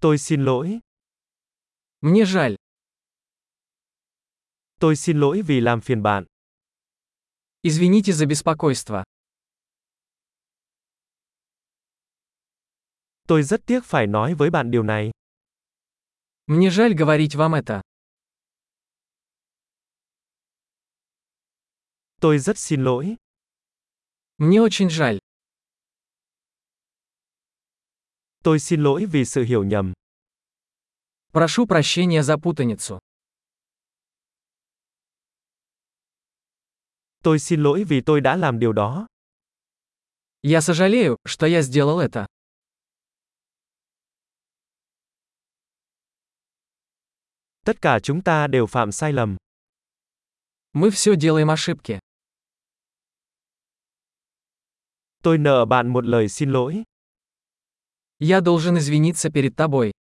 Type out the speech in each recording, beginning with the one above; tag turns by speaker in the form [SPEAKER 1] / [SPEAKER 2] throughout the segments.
[SPEAKER 1] Tôi xin lỗi.
[SPEAKER 2] Мне жаль.
[SPEAKER 1] Tôi xin lỗi vì làm phiền bạn.
[SPEAKER 2] Извините за беспокойство.
[SPEAKER 1] Tôi rất tiếc phải nói với bạn điều này.
[SPEAKER 2] Мне жаль говорить вам это.
[SPEAKER 1] Tôi rất xin lỗi.
[SPEAKER 2] Мне очень жаль.
[SPEAKER 1] Tôi xin lỗi vì sự hiểu nhầm.
[SPEAKER 2] Прошу прощения за путаницу.
[SPEAKER 1] Tôi xin lỗi vì tôi đã làm điều đó.
[SPEAKER 2] Я сожалею, что я сделал это.
[SPEAKER 1] Tất cả chúng ta đều phạm sai lầm.
[SPEAKER 2] Мы все делаем ошибки.
[SPEAKER 1] Tôi nợ bạn một lời xin lỗi.
[SPEAKER 2] Я должен извиниться перед тобой.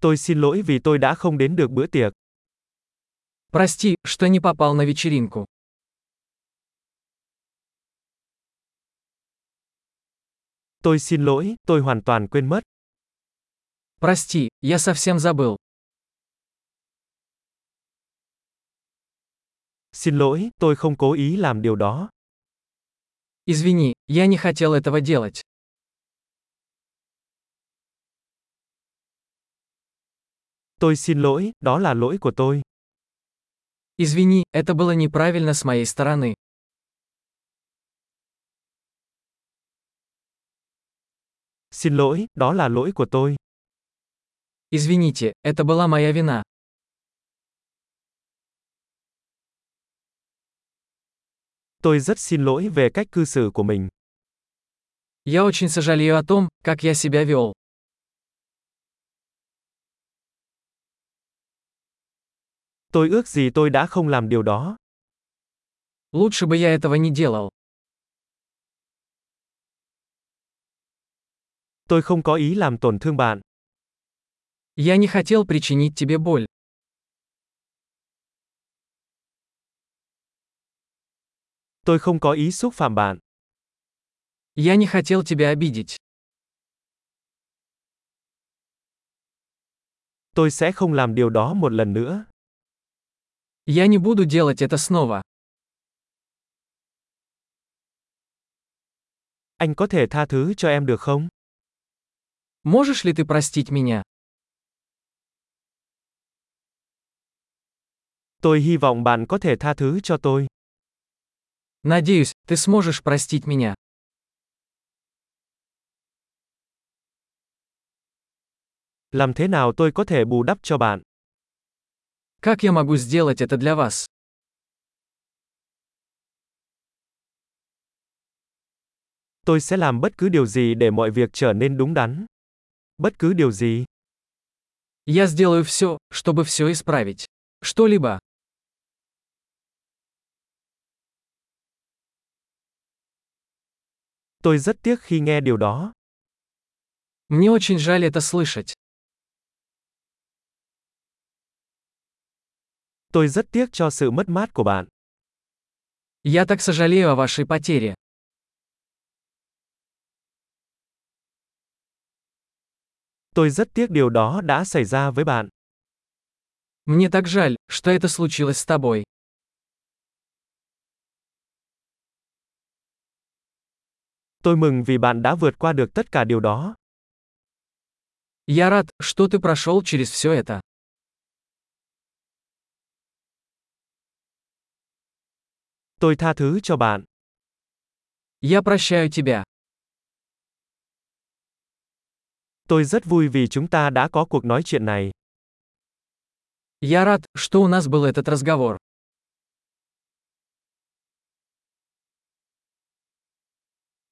[SPEAKER 1] Tôi xin lỗi vì tôi đã không đến được bữa tiệc.
[SPEAKER 2] Прости, что не попал на вечеринку.
[SPEAKER 1] Tôi xin lỗi, tôi hoàn toàn quên mất.
[SPEAKER 2] Прости, я совсем забыл.
[SPEAKER 1] Xin lỗi, tôi không cố ý làm điều đó.
[SPEAKER 2] Извини, я не хотел этого делать.
[SPEAKER 1] Tôi xin lỗi, đó là lỗi của tôi.
[SPEAKER 2] Извини, это было неправильно с моей стороны.
[SPEAKER 1] Xin lỗi, đó là lỗi của tôi.
[SPEAKER 2] Извините, это была моя вина.
[SPEAKER 1] Tôi rất xin lỗi về cách cư xử của mình.
[SPEAKER 2] Я очень сожалею о том, как я себя вел.
[SPEAKER 1] Tôi ước gì tôi đã không làm điều đó.
[SPEAKER 2] Лучше бы я этого не делал.
[SPEAKER 1] Tôi không có ý làm tổn thương bạn.
[SPEAKER 2] Я не хотел причинить тебе боль.
[SPEAKER 1] Tôi không có ý xúc phạm bạn.
[SPEAKER 2] Я не хотел тебя обидеть.
[SPEAKER 1] Tôi sẽ không làm điều đó một lần nữa.
[SPEAKER 2] Я не буду делать это снова.
[SPEAKER 1] Anh có thể tha thứ cho em được không?
[SPEAKER 2] Можешь ли ты простить меня?
[SPEAKER 1] Tôi hy vọng bạn có thể tha thứ cho tôi.
[SPEAKER 2] Надеюсь, ты сможешь простить меня.
[SPEAKER 1] Làm thế nào tôi có thể bù đắp cho bạn?
[SPEAKER 2] Как я могу сделать это для вас?
[SPEAKER 1] Tôi sẽ làm bất cứ điều gì để mọi việc trở nên đúng đắn. Bất cứ điều gì.
[SPEAKER 2] Я сделаю все, чтобы все исправить. Что-либо.
[SPEAKER 1] Tôi rất tiếc khi nghe điều đó.
[SPEAKER 2] Мне очень жаль это слышать.
[SPEAKER 1] Tôi rất tiếc cho sự mất mát của bạn.
[SPEAKER 2] Я так сожалею о вашей потере.
[SPEAKER 1] Tôi rất tiếc điều đó đã xảy ra với bạn.
[SPEAKER 2] Мне так жаль, что это случилось с тобой.
[SPEAKER 1] Tôi mừng vì bạn đã vượt qua được tất cả điều đó.
[SPEAKER 2] Я рад, что ты прошел через все это.
[SPEAKER 1] Tôi tha thứ cho bạn.
[SPEAKER 2] Я прощаю тебя.
[SPEAKER 1] Tôi rất vui vì chúng ta đã có cuộc nói chuyện này.
[SPEAKER 2] Я рад, что у нас был этот разговор.